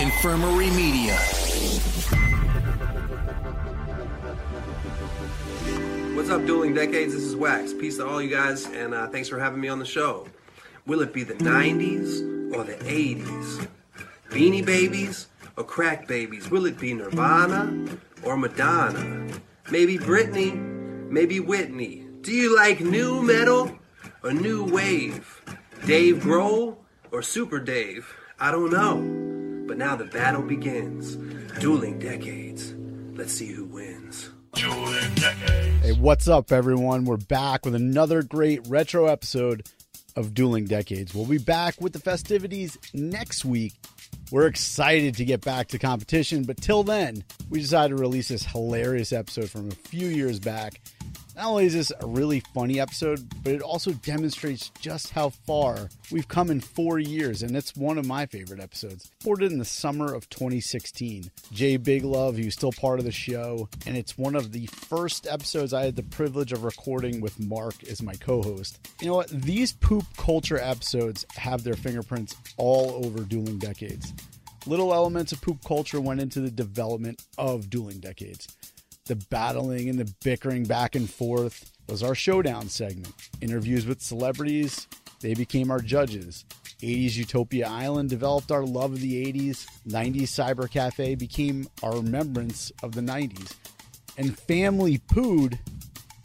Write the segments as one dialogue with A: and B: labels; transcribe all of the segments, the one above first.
A: Infirmary Media.
B: What's up, Dueling Decades? This is Wax. Peace to all you guys, and uh, thanks for having me on the show. Will it be the 90s or the 80s? Beanie Babies or Crack Babies? Will it be Nirvana or Madonna? Maybe Britney, maybe Whitney. Do you like new metal or new wave? Dave Grohl or Super Dave? I don't know. But now the battle begins. Dueling Decades. Let's see who wins.
C: Hey, what's up, everyone? We're back with another great retro episode of Dueling Decades. We'll be back with the festivities next week. We're excited to get back to competition, but till then, we decided to release this hilarious episode from a few years back. Not only is this a really funny episode, but it also demonstrates just how far we've come in four years, and it's one of my favorite episodes. Recorded in the summer of 2016. Jay Big Love, who's still part of the show, and it's one of the first episodes I had the privilege of recording with Mark as my co host. You know what? These poop culture episodes have their fingerprints all over dueling decades. Little elements of poop culture went into the development of dueling decades the battling and the bickering back and forth was our showdown segment. Interviews with celebrities, they became our judges. 80s Utopia Island developed our love of the 80s. 90s Cyber Cafe became our remembrance of the 90s. And Family Pood,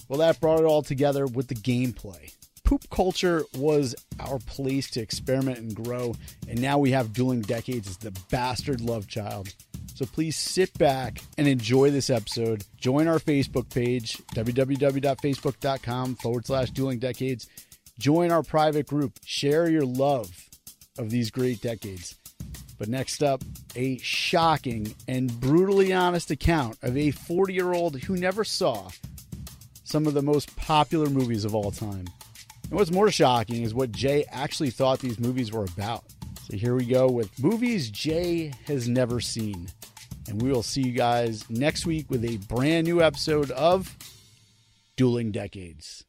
C: well, that brought it all together with the gameplay. Poop culture was our place to experiment and grow, and now we have Dueling Decades as the bastard love child. So please sit back and enjoy this episode. Join our Facebook page, www.facebook.com forward slash dueling decades. Join our private group. Share your love of these great decades. But next up, a shocking and brutally honest account of a 40 year old who never saw some of the most popular movies of all time. And what's more shocking is what Jay actually thought these movies were about. So here we go with movies Jay has never seen. And we will see you guys next week with a brand new episode of Dueling Decades.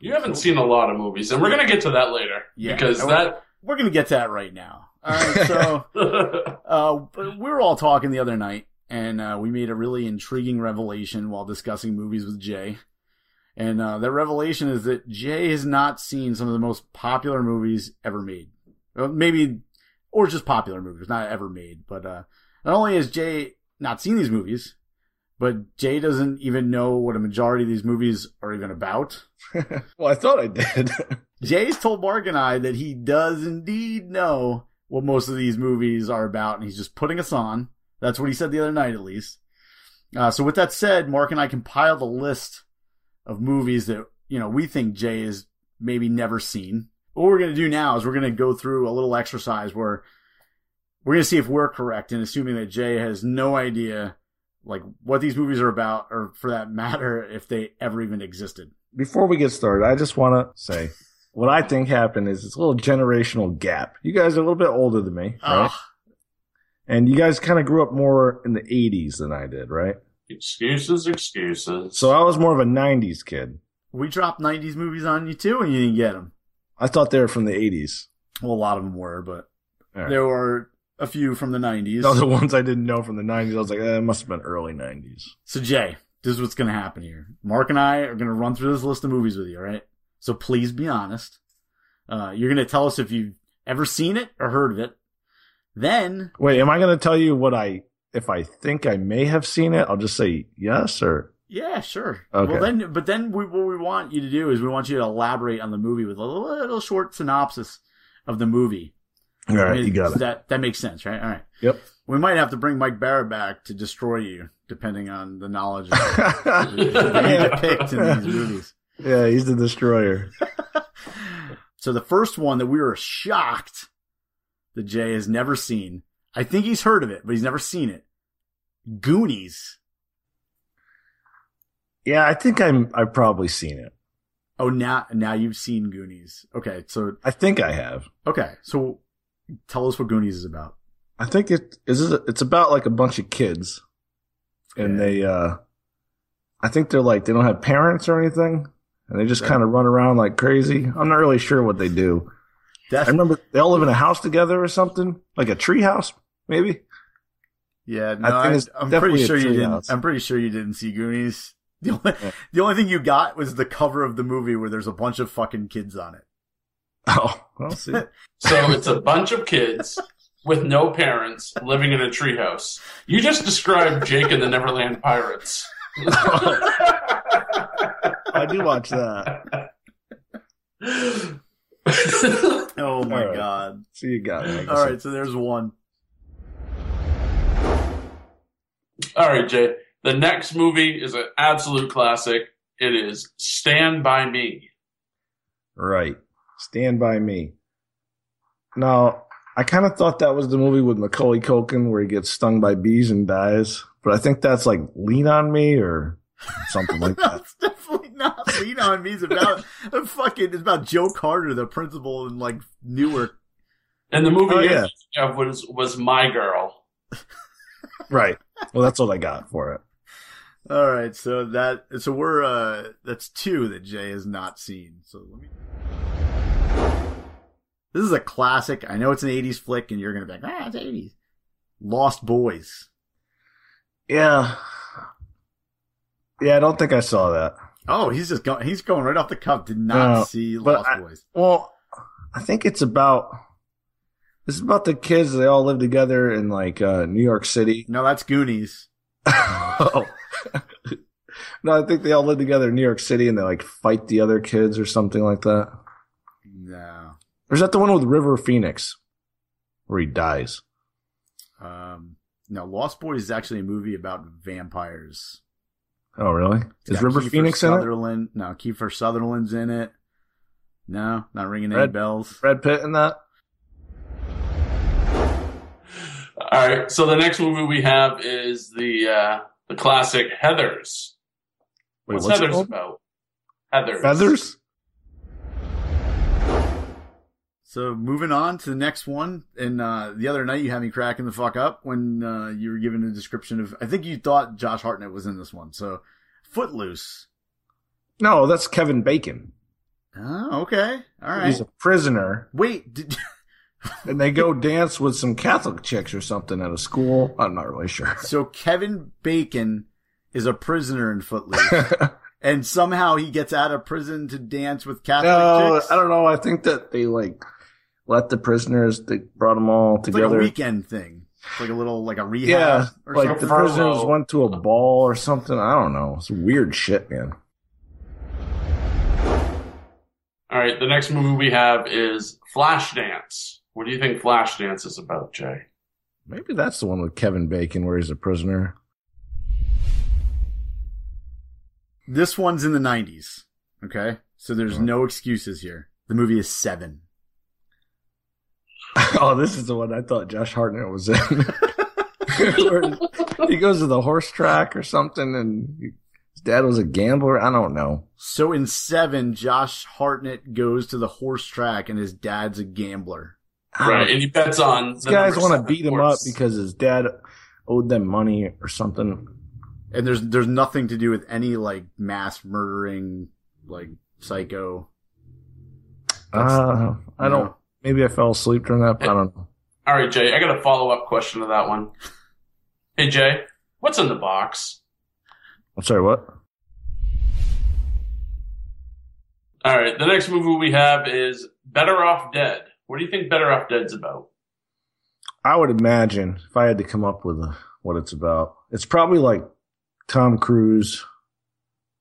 D: You haven't seen a lot of movies, and we're gonna get to that later
E: Yeah.
D: because
E: And
D: that.
E: We're gonna get to that right now. All right, so uh, but we were all talking the other night, and uh, we made a really intriguing revelation while discussing movies with Jay. And uh, that revelation is that Jay has not seen some of the most popular movies ever made. Well, maybe, or just popular movies, not ever made. But uh, not only has Jay not seen these movies, but Jay doesn't even know what a majority of these movies are even about.
F: Well, I thought I did.
E: Jay's told Mark and I that he does indeed know what most of these movies are about, and he's just putting us on. That's what he said the other night, at least. Uh, so, with that said, Mark and I compiled a list of movies that you know we think Jay has maybe never seen. What we're gonna do now is we're gonna go through a little exercise where we're gonna see if we're correct in assuming that Jay has no idea like what these movies are about, or for that matter, if they ever even existed.
F: Before we get started, I just want to say what I think happened is it's a little generational gap. You guys are a little bit older than me, right?
E: Ugh.
F: And you guys kind of grew up more in the 80s than I did, right?
D: Excuses, excuses.
F: So I was more of a 90s kid.
E: We dropped 90s movies on you too, and you didn't get them.
F: I thought they were from the 80s.
E: Well, a lot of them were, but
F: All right.
E: there were a few from the 90s.
F: Those are the ones I didn't know from the 90s. I was like, eh, it must have been early 90s.
E: so, Jay, this is what's going to happen here. Mark and I are going to run through this list of movies with you, all right? So, please be honest. Uh, you're going to tell us if you've ever seen it or heard of it. Then,
F: Wait, am I going to tell you what I, if I think I may have seen it, I'll just say yes or,
E: yeah, sure.
F: Okay.
E: Well, then, but then we, what we want you to do is we want you to elaborate on the movie with a little short synopsis of the movie.
F: all
E: I
F: right,
E: mean,
F: you got it.
E: That, that makes sense, right? All right.
F: Yep.
E: We might have to bring Mike Barra back to destroy you, depending on the knowledge of you picked in these movies.
F: yeah, he's the destroyer.
E: So the first one that we were shocked that Jay has never seen. I think he's heard of it, but he's never seen it. Goonies.
F: Yeah, I think I'm. I've probably seen it.
E: Oh, now now you've seen Goonies. Okay, so
F: I think I have.
E: okay, so tell us what Goonies is about.
F: I think it is. It's about like a bunch of kids, and they. uh I think they're like they don't have parents or anything, and they just kind of run around like crazy. I'm not really sure what they do. I
E: That's
F: remember they all live in a house together or something, like a tree house, maybe.
E: Yeah, no,
F: think
E: I
F: it's
E: I, am
F: definitely
E: pretty
F: a
E: sure you didn't.
F: treehouse.
E: I'm pretty sure you didn't see Goonies. The only, the only thing you got was the cover of the movie where there's a bunch of fucking kids on it.
F: Oh, well, see.
D: So it's a bunch of kids with no parents living in a treehouse. You just described Jake and the Neverland Pirates.
F: I do watch that.
E: Oh my
F: Alright.
E: god!
F: So you got it.
E: All right, so there's one.
D: All right, Jay. The next movie is an absolute classic. It is Stand By Me.
F: Right. Stand by me. Now, I kind of thought that was the movie with Macaulay Culkin where he gets stung by bees and dies, but I think that's like Lean on Me or something like
E: No,
F: that.
E: it's definitely not. Lean on me's about a fucking. It's about Joe Carter, the principal in like Newark.
D: And the movie
F: Oh,
D: you're
F: yeah.
D: thinking of was, was My Girl.
F: Right. Well, that's what I got for it.
E: All right, so that so we're uh that's two that Jay has not seen. So let me. This is a classic. I know it's an '80s flick, and you're gonna be like, ah, it's '80s. Lost Boys.
F: Yeah. Yeah, I don't think I saw that.
E: Oh, he's just going. He's going right off the cuff. Did not
F: No,
E: see
F: but
E: Lost
F: I-
E: Boys.
F: Well, I think it's about it's about the kids. They all live together in like uh, New York City.
E: No, that's Goonies.
F: oh. no, I think they all live together in New York City and they like fight the other kids or something like that.
E: No.
F: Or is that the one with River Phoenix where he dies?
E: Um. No, Lost Boys is actually a movie about vampires.
F: Oh, really?
E: It's
F: Is
E: got
F: River
E: Kiefer
F: Phoenix in it?
E: Sutherland, in it? No, Kiefer Sutherland's in it. No, not ringing any
F: Red-
E: bells.
F: Brad Pitt in that?
D: All right. So the next movie we have is the uh, the classic Heather's.
F: Wait,
D: what's,
F: what's it
D: Heather's
F: called?
D: about? Heather's.
F: Feathers?
E: So moving on to the next one, and uh, the other night you had me cracking the fuck up when uh, you were given a description of. I think you thought Josh Hartnett was in this one. So, Footloose.
F: No, that's Kevin Bacon.
E: Oh, okay, all right.
F: He's a prisoner
E: Wait, did,
F: and they go dance with some Catholic chicks or something at a school. I'm not really sure.
E: so Kevin Bacon is a prisoner in Footloose, and somehow he gets out of prison to dance with Catholic
F: no,
E: chicks.
F: I don't know. I think that they like let the prisoners, they brought them all
E: It's like a
F: together.
E: weekend thing. It's like a little like a rehab.
F: Yeah,
E: or
F: like
E: something.
F: the prisoners
D: Furlough.
F: went to a ball or something. I don't know. It's weird shit, man.
D: All right. The next movie we have is Flashdance. What do you think Flashdance is about, Jay?
F: Maybe that's the one with Kevin Bacon where he's a prisoner.
E: This one's in the 90s. Okay. So there's no excuses here. The movie is Seven.
F: oh, this is the one I thought Josh Hartnett was in. Where he goes to the horse track or something, and his dad was a gambler. I don't know.
E: So in Seven, Josh Hartnett goes to the horse track and his dad's a gambler.
F: I don't
D: Right. And he bets on.
F: Ah. These guys want to beat him up because his dad owed them money or something.
E: And there's, there's nothing to do with any like mass murdering, like psycho.
F: Uh, I don't.
E: No.
F: Maybe I fell asleep during that. But I don't know.
D: All right, Jay. I got a follow up question to that one. Hey, Jay. What's in the box?
F: I'm sorry. What?
D: All right. The next movie we have is Better Off Dead. What do you think Better Off Dead's about?
F: I would imagine if I had to come up with uh what it's about, it's probably like Tom Cruise,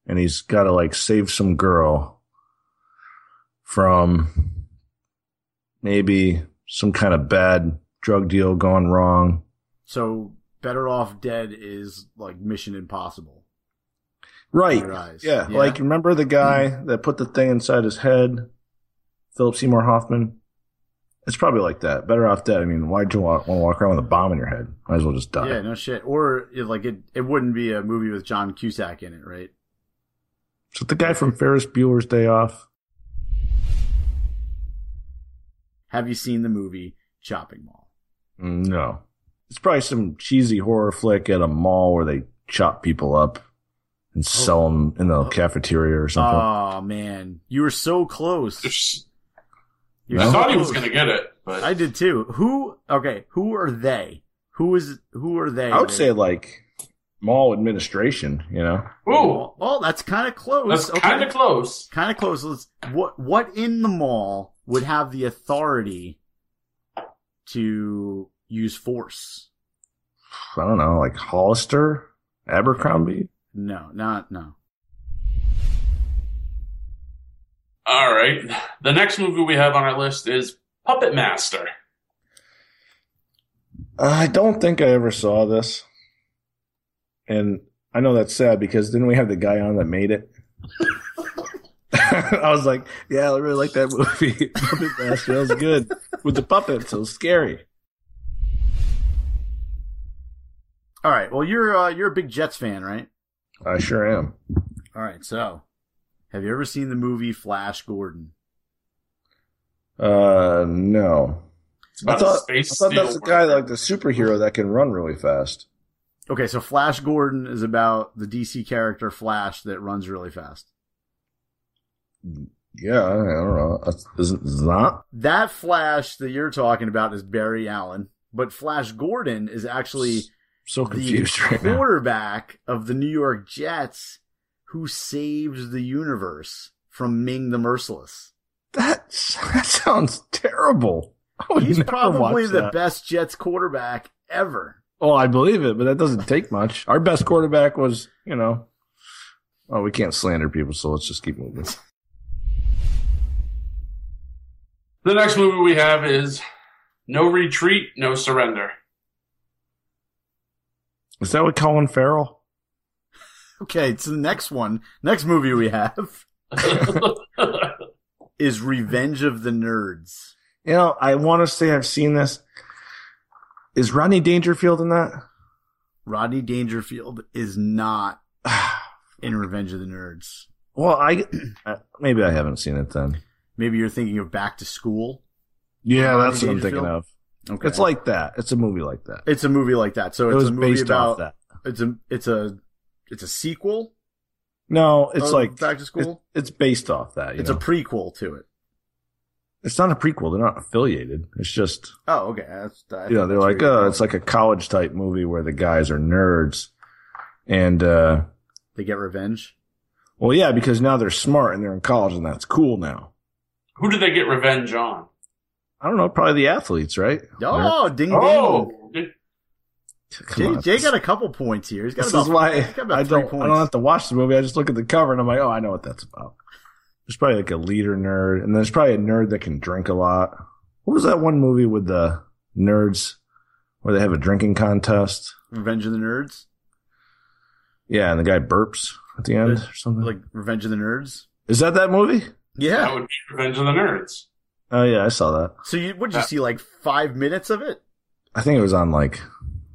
F: and he's got to like save some girl from maybe some kind of bad drug deal gone wrong.
E: So better off dead is like mission impossible.
F: Right.
E: Eyes. Mm-hmm.
F: Yeah. Like remember the guy that put the thing inside his head, Philip Seymour Hoffman. It's probably like that. Better off dead. I mean, why'd you walk, want to walk around with a bomb in your head? Might as well just die.
E: yeah, no shit. Or it, like it, it wouldn't be a movie with John Cusack in it, right?
F: So the guy from Ferris Bueller's Day Off.
E: Have you seen the movie Chopping Mall?
F: Mm, No. It's probably some cheesy horror flick at a mall where they chop people up and sell them in the cafeteria or something.
E: Oh man, you were so close. You're
F: No?
D: I
E: so
D: thought he was
E: close.
D: going to get it, but
E: I did too. Who? Okay, who are they? Who is who are they?
F: I would say like mall administration. You know,
D: Ooh,
E: Well, that's kind of close.
D: that's kind of close.
E: kind of close. Let's, what what in the mall would have the authority to use force?
F: I don't know, like Hollister, Abercrombie.
E: No, not no.
D: All right. The next movie we have on our list is Puppet Master.
F: I don't think I ever saw this, and I know that's sad because didn't we have the guy on that made it? I was like, yeah, I really like that movie. Puppet Master, that was good with the puppets. It was scary.
E: All right. Well, you're uh, you're a big Jets fan, right?
F: I sure am.
E: All right. So, have you ever seen the movie Flash Gordon?
F: Uh, no.
D: It's about
F: I thought,
D: a space
F: I thought that's
D: steel
F: the guy
D: worker.
F: like the superhero that can run really fast.
E: Okay, so Flash Gordon is about the DC character Flash that runs really fast.
F: Yeah, I don't know. That's- Isn't is that?
E: That Flash that you're talking about is Barry Allen, but Flash Gordon is actually
F: So
E: the
F: confused right now.
E: quarterback of the New York Jets who saved the universe from Ming the Merciless.
F: That that sounds terrible. I would
E: He's
F: never
E: probably
F: watch
E: the
F: that.
E: best Jets quarterback ever.
F: Oh, I believe it, but that doesn't take much. Our best quarterback was, you know. Oh, we can't slander people, so let's just keep moving.
D: The next movie we have is No Retreat, No Surrender.
F: Is that what Colin Farrell?
E: Okay, so the next one, next movie we have is Revenge of the Nerds.
F: You know, I want to say I've seen this. Is Rodney Dangerfield in that?
E: Rodney Dangerfield is not in Revenge of the Nerds.
F: Well, I uh, maybe I haven't seen it then.
E: Maybe you're thinking of Back to School.
F: Yeah,
E: Rodney
F: that's what I'm thinking
E: Dangerfield?
F: of.
E: Okay.
F: It's like that. It's a movie like that.
E: it's a movie like that. So
F: It
E: it's
F: was
E: a movie
F: based
E: about
F: off that.
E: it's a it's a it's a sequel.
F: No, it's
E: of
F: like
E: Oh, Back to School.
F: it- it's based off that.
E: it's
F: it's
E: a prequel to it.
F: a it's not a prequel. They're not affiliated. It's just
E: Oh, okay. That's, I
F: you know
E: think that's
F: they're like
E: where you're
F: oh,
E: going.
F: it's like a college type movie where the guys are nerds, and uh
E: they get revenge.
F: well yeah because now they're smart and they're in college and that's cool now.
D: Who did they get revenge on?
F: I don't know, probably the athletes, right?
E: Oh, ding ding!
D: Oh,
F: They're-
E: Jay,
F: come on.
E: Jay got a couple points here. He's got
F: This
E: about,
F: is why
E: he's got about
F: I
E: three
F: don't,
E: points.
F: I don't have to watch the movie. I just look at the cover and I'm like, oh, I know what that's about. There's probably like a leader nerd, and then there's probably a nerd that can drink a lot. What was that one movie with the nerds where they have a drinking contest?
E: Revenge of the Nerds,
F: Yeah, and the guy burps at the end or something.
E: like Revenge of the Nerds.
F: Is that that movie?
D: that
E: Yeah.
D: would be Revenge of the Nerds.
F: Oh yeah, I saw that.
E: So you what did
D: Uh,
E: you see like five minutes of it?
F: I think it was on like,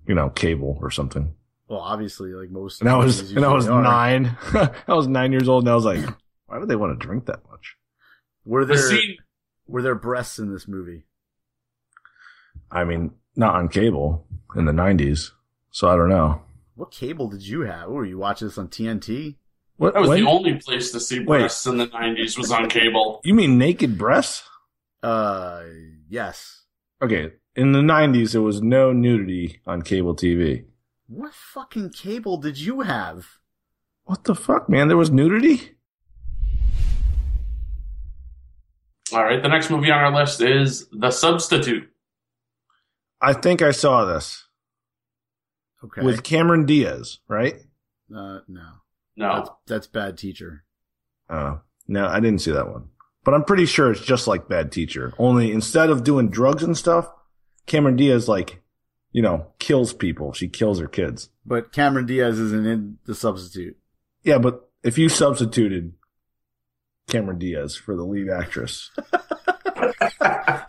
F: you know, cable or something.
E: Well, obviously, like most.
F: And I was
E: movies
F: and I was
E: usually are.
F: nine. I was nine years old, and I was like, why would they want to drink that much?
E: Were
D: The
E: there
D: scene,
E: were there breasts in this movie?
F: I mean, not on cable in the '90s, so I don't know.
E: What cable did you have? Were you watching this on TNT?
F: What,
D: that was
F: what?
D: the only place to see breasts in the 90s was on cable.
F: you mean naked breasts?
E: Uh, yes.
F: Okay, in the '90s, there was no nudity on cable TV.
E: What fucking cable did you have?
F: What the fuck, man? There was nudity.
D: All right, the next movie on our list is The Substitute.
F: I think I saw this
E: Okay.
F: with Cameron Diaz, right?
E: uh, no. That's,
D: No,
E: that's bad teacher.
F: Uh, no, I didn't see that one, but I'm pretty sure it's just like Bad Teacher. Only instead of doing drugs and stuff, Cameron Diaz like, you know, kills people. She kills her kids.
E: But Cameron Diaz isn't in the substitute.
F: Yeah, but if you substituted Cameron Diaz for the lead actress,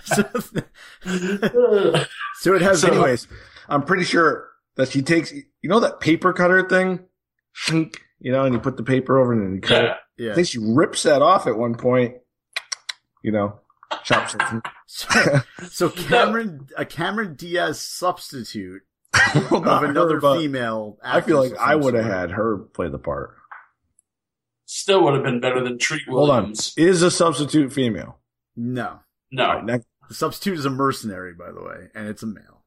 E: so, so it has.
F: So anyways, I'm pretty sure that she takes you know that paper cutter thing, Shink, you know, and you put the paper over and then you cut it.
D: yeah,
E: yeah.
F: I think she rips that off at one point. You know, chops it.
E: So, so Cameron, a Cameron Diaz substitute
F: Well, not
E: of
F: her,
E: another
F: but
E: female.
F: I feel
E: actress
F: like
E: of
F: I
E: some
F: would have
E: sort.
F: had her play the part.
D: still would have been better than Treat
F: Hold on,
D: Williams.
F: is a substitute female?
E: No,
F: All right,
D: No,
F: next-
E: the substitute is a mercenary, by the way, and it's a male.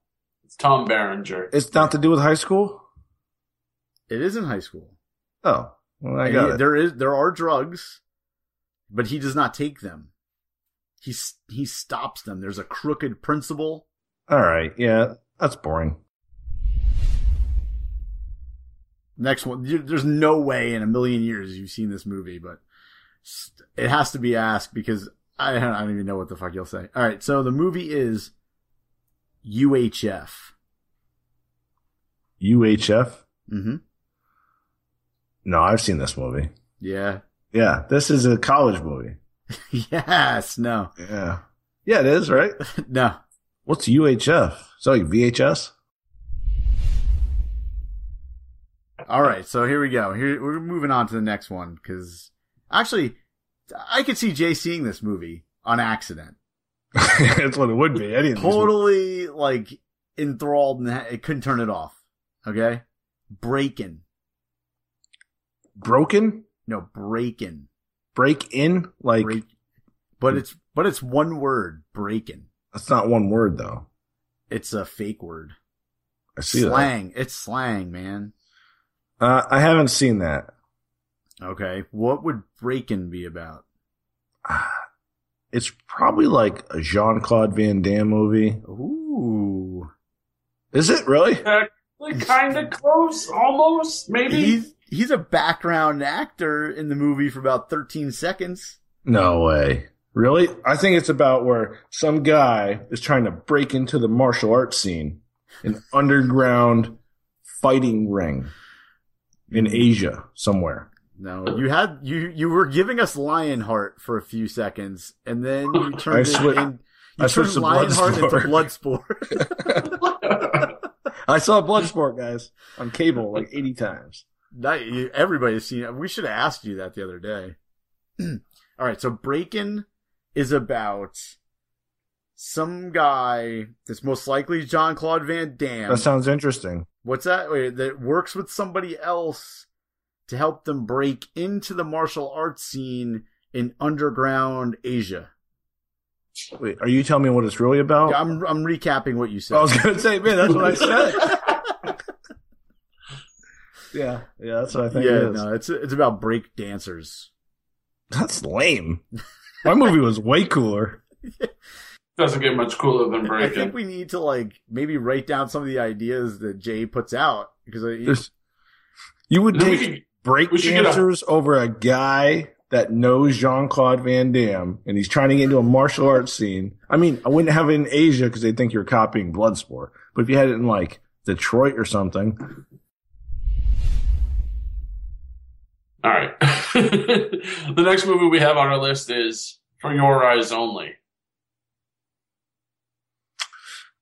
D: Tom Berenger.
F: It's not to do with high school.
E: It is in high school.
F: Oh, well, I
E: And
F: got
E: he-
F: it.
E: There is there are drugs, but he does not take them. He s- he stops them. There's a crooked principal.
F: All right, yeah, that's boring.
E: Next one, you- there's no way in a million years you've seen this movie, but s- it has to be asked because I don't, I don't even know what the fuck you'll say. All right, so the movie is UHF.
F: UHF.
E: Mm-hmm.
F: No, I've seen this movie.
E: Yeah.
F: Yeah, this is a college movie.
E: yes. No.
F: Yeah, yeah, it is right.
E: No.
F: What's UHF? Is that like VHS?
E: All right, so here we go. Here we're moving on to the next one because actually, I could see Jay seeing this movie on accident,
F: that's what it would be. Any of these would-
E: totally like enthralled and ha- it couldn't turn it off. Okay, Breakin',
F: broken,
E: no Breakin',
F: break in. Like Hmm.
E: break, but it's but it's one word, Breakin'.
F: that's not one word though.
E: It's a fake word,
F: I see
E: slang. It's slang, man.
F: that. Uh, I haven't seen that.
E: Okay, what would Breakin' be about?
F: It's probably like a Jean Claude Van Damme movie.
E: Ooh,
F: Is it really?
D: kind of close, almost, maybe.
E: he's he's a background actor in the movie for about thirteen seconds.
F: No way. Really? I think it's about where some guy is trying to break into the martial arts scene, an underground fighting ring in Asia somewhere.
E: No, you had you you were giving us Lionheart for a few seconds, and then you turned
F: I
E: it
F: swi-
E: in,
F: I
E: you turned
F: switched to
E: Lionheart into Bloodsport.
F: I saw Bloodsport, guys, on cable like 80 times.
E: Not- you- Everybody's seen it. We should have asked you that the other day. All right, so Breakin' is about some guy that's most likely John Claude Van Damme.
F: That sounds interesting.
E: What's that? Wait, that works with somebody else to help them break into the martial arts scene in underground Asia.
F: Wait, are you telling me what it's really about?
E: I'm I'm recapping what you said.
F: Oh. I was going to say, man, that's what I said. yeah, yeah, that's what I think
E: yeah,
F: it is.
E: no, it's it's about break dancers.
F: That's lame. My movie was way cooler.
D: Doesn't get much cooler than
E: I think
D: Breaking.
E: we need to like maybe write down some of the ideas that Jay puts out because I-
F: There's- you would
D: Then we
F: take
D: could-
F: break
D: we should get a-
F: dancers over a guy that knows Jean Claude Van Damme and he's trying to get into a martial arts scene. I mean, I wouldn't have it in Asia because they think you're copying Bloodsport. But if you had it in like Detroit or something,
D: All right. the next movie we have on our list is For Your Eyes Only.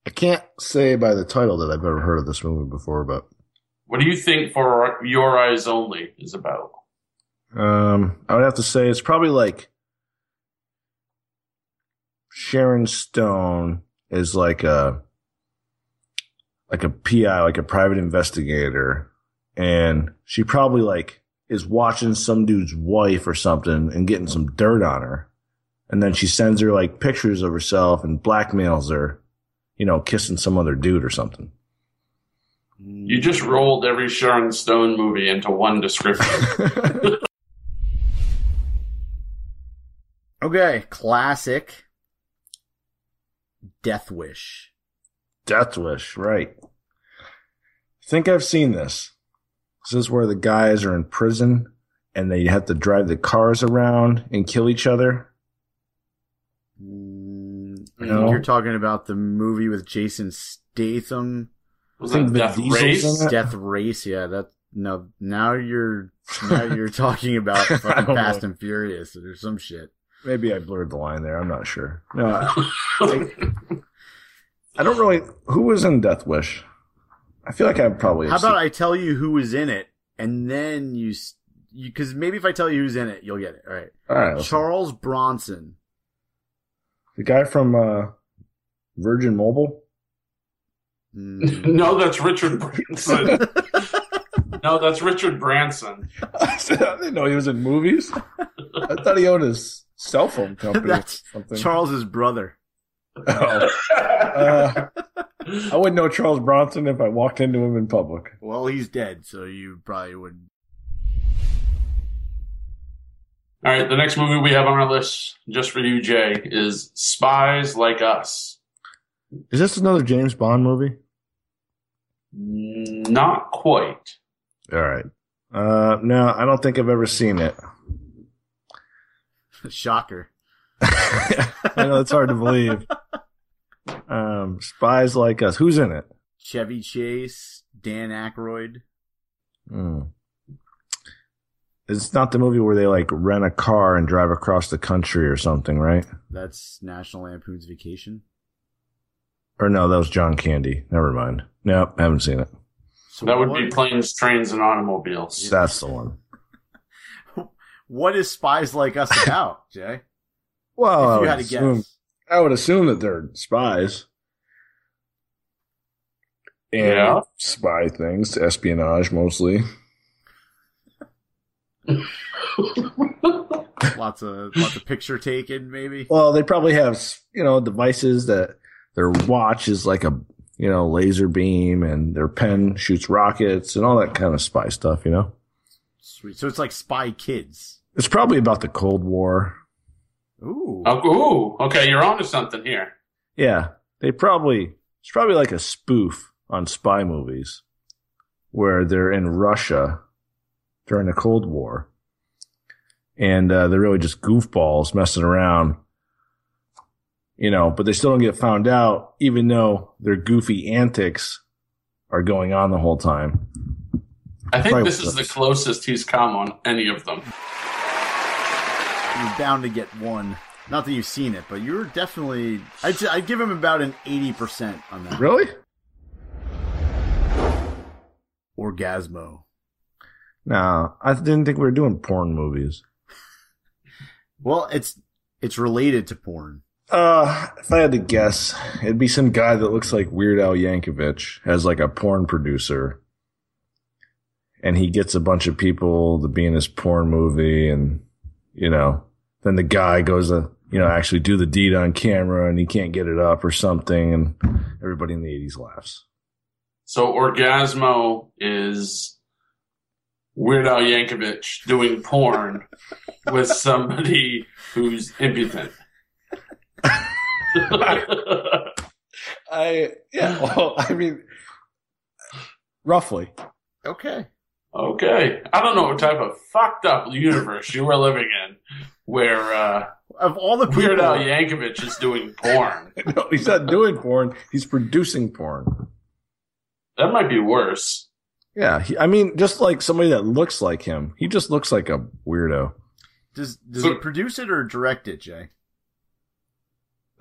F: I can't say by the title that I've ever heard of this movie before. But
D: What do you think For Your Eyes Only is about?
F: um, I would have to say it's probably like Sharon Stone is like a like a PI, like a private investigator, and she probably like is watching some dude's wife or something and getting some dirt on her. And then she sends her like pictures of herself and blackmails her, you know, kissing some other dude or something.
D: You just rolled every Sharon Stone movie into one description.
E: okay, classic Death Wish.
F: Death Wish, right. I think I've seen this. This is where the guys are in prison and they have to drive the cars around and kill each other.
E: Mm,
F: No.
E: You're talking about the movie with Jason Statham,
D: Was
F: Think
D: that
F: Vin
D: Death
F: Diesel's
D: Race?
F: in it?
E: Death Race. Yeah, that no. Now you're now you're talking about
F: I
E: fucking
F: don't
E: Fast
F: know.
E: and Furious or some shit.
F: Maybe I blurred the line there. I'm not sure. No, I, I don't really. Who was in Death Wish? I feel like I probably.
E: How
F: have
E: about
F: seen-
E: I tell you who was in it, and then you, s- you because maybe if I tell you who's in it, you'll get it. All right,
F: All right, let's-
E: Charles Bronson.
F: the guy from uh, Virgin Mobile.
E: Mm.
D: No, that's Richard Branson. no, that's Richard Branson.
F: I didn't know he was in movies. I thought he owned his cell phone company.
E: That's
F: or something.
E: Charles's brother.
F: Oh, uh, I wouldn't know Charles Bronson if I walked into him in public.
E: Well, he's dead, so you probably wouldn't.
D: All right, the next movie we have on our list, just for you, Jay, is Spies Like Us.
F: Is this another James Bond movie?
D: Not quite.
F: All right. Uh, no, I don't think I've ever seen it.
E: Shocker.
F: I know it's hard to believe. Um, spies like us. Who's in it?
E: Chevy Chase, Dan Aykroyd.
F: Hmm. It's not the movie where they like rent a car and drive across the country or something, right?
E: That's National Lampoon's Vacation.
F: Or no, that was John Candy. Never mind. Nope, haven't seen it.
E: So
D: That would
E: what-
D: be planes, trains, and automobiles.
F: That's the one.
E: What is Spies Like Us about, Jay?
F: Well,
E: if you
F: I
E: had
F: would
E: to guess.
F: assume- I would assume that they're spies. And
D: Yeah.
F: spy things, espionage mostly.
E: Lots of lots of picture taken, maybe.
F: Well, they probably have you know devices that their watch is like a you know laser beam, and their pen shoots rockets and all that kind of spy stuff. You know,
E: Sweet. So it's like Spy Kids.
F: it's probably about the Cold War.
E: Ooh.
D: Oh, ooh, okay, you're onto something here.
F: Yeah, they probably it's probably like a spoof on spy movies, where they're in Russia during the Cold War, and uh, they're really just goofballs messing around, you know. But they still don't get found out, even though their goofy antics are going on the whole time.
D: I think
F: Right.
D: this is the closest he's come on any of them.
E: You're bound to get one. Not that you've seen it, but you're definitely. I'd, say- I'd give him about an 80% on that.
F: Really?
E: Orgasmo.
F: No, I didn't think we were doing porn movies.
E: Well, it's it's related to porn.
F: Uh, if I had to guess, it'd be some guy that looks like Weird Al Yankovic as like a porn producer, and he gets a bunch of people to be in his porn movie, and you know, then the guy goes to you know actually do the deed on camera, and he can't get it up or something, and everybody in the eighties laughs.
D: So Orgasmo is Weird Al Yankovic doing porn with somebody who's impudent.
F: I yeah, well, I mean, roughly.
E: Okay.
D: okay, I don't know what type of fucked up universe you were living in where uh,
E: Of all the people,
D: Weird Al
F: uh,
D: Yankovic is doing porn.
F: No, he's not doing porn; he's producing porn.
D: That might be worse.
F: Yeah, he, I mean, just like somebody that looks like him, he just looks like a weirdo.
E: does does
D: So-
E: he produce it or direct it, Jay?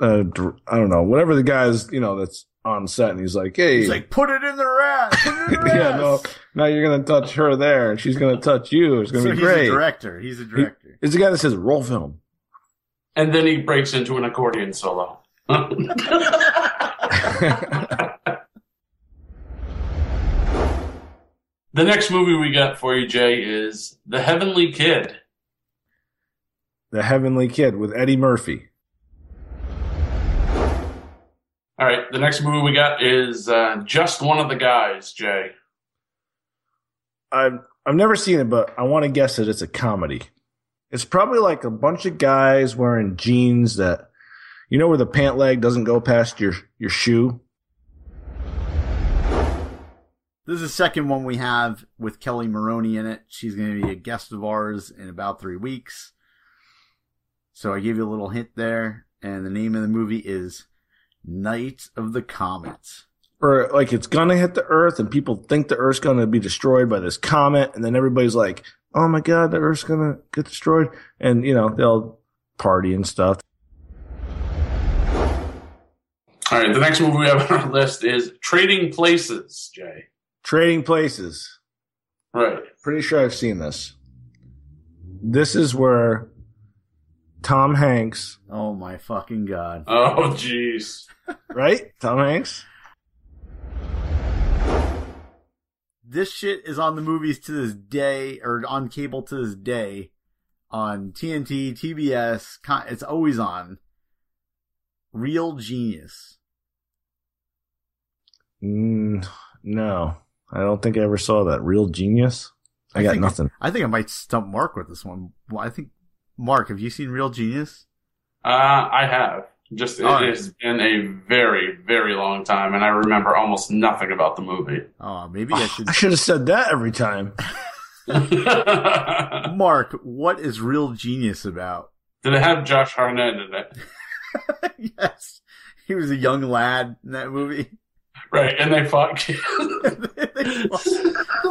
F: Uh, dr- I don't know, whatever the guy's, you know, that's on set, and he's like, "Hey,
E: He's like, put it in their ass. Put it in their
F: yeah,
E: ass.
F: no, now you're gonna touch her there, and she's gonna touch you. It's gonna
E: so
F: be
E: he's
F: great."
E: a director. He's a director.
F: It's the guy that says roll film.
D: And then he breaks into an accordion solo. The next movie we got for you, Jay, is The Heavenly Kid.
F: the Heavenly Kid with Eddie Murphy.
D: All right, the next movie we got is uh, Just One of the Guys, Jay.
F: I've I've never seen it, but I want to guess that it's a comedy. It's probably like a bunch of guys wearing jeans that, you know, where the pant leg doesn't go past your your shoe.
E: This is the second one we have with Kelly Maroney in it. She's going to be a guest of ours in about three weeks. So I gave you a little hint there, and the name of the movie is Night of the Comet.
F: or like it's gonna hit the earth and people think the earth's gonna be destroyed by this comet and then everybody's like oh my god the earth's gonna get destroyed and you know they'll party and stuff
D: All right, the next movie we have on our list is Trading Places, Jay.
F: trading places
D: Right.
F: pretty sure i've seen this this is where tom hanks
E: Oh my fucking god.
D: Oh, jeez.
F: right tom hanks
E: This shit is on the movies to this day, or on cable to this day, on TNT, TBS. Con- it's always on. Real Genius?
F: Mm, no, I don't think I ever saw that. Real genius. I, got
E: think-
F: nothing.
E: I think I might stump Mark with this one. Well, I think Mark, have you seen Real Genius?
D: Uh, I have. Just it
E: All right.
D: has been a very, very long time, and I remember almost nothing about the movie.
E: Oh, maybe I should.
F: I should have said that every time.
D: Did
E: Mark, what is Real Genius about?
D: it have Josh Harnett in it?
E: yes, he was a young lad in that movie.
D: Right, and they fought kids.
E: they lost- they lost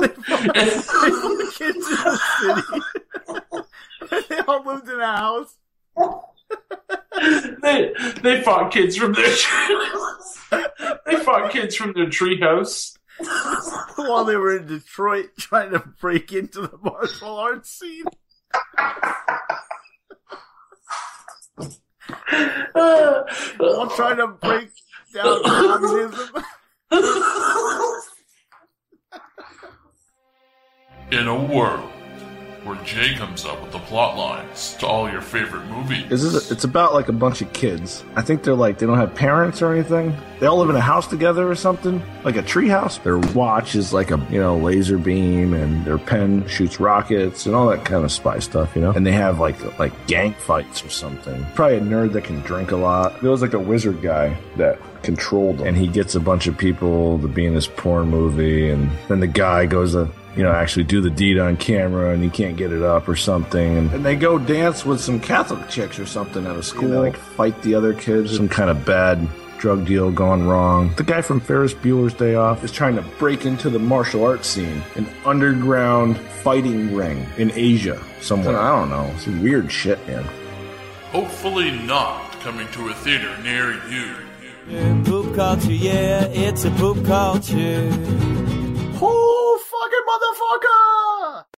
E: the kids in the city. they all lived in a house.
D: they they fought kids from their they fought kids from their treehouse.
E: while they were in Detroit trying to break into the martial arts scene. While trying to break down communism.
A: In a world where Jay comes up with the plot lines to all your favorite movies.
F: This is it's about like a bunch of kids. I think they're like they don't have parents or anything. They all live in a house together or something, like a tree house. Their watch is like a you know laser beam, and their pen shoots rockets and all that kind of spy stuff, you know. And they have like like gang fights or something. Probably a nerd that can drink a lot. There was like a wizard guy that controlled them, and he gets a bunch of people to be in this porn movie, and then the guy goes to you know, actually do the deed on camera and he can't get it up or something. And, they go dance with some Catholic chicks or something at a school. like fight the other kids. Some kind of bad drug deal gone wrong. The guy from Ferris Bueller's Day Off is trying to break into the martial arts scene, an underground fighting ring in Asia somewhere. I don't know. Some weird shit, man.
A: Hopefully not coming to a theater near you.
G: Poop culture, yeah, it's a poop culture.
E: Whole Oh, fucking motherfucker!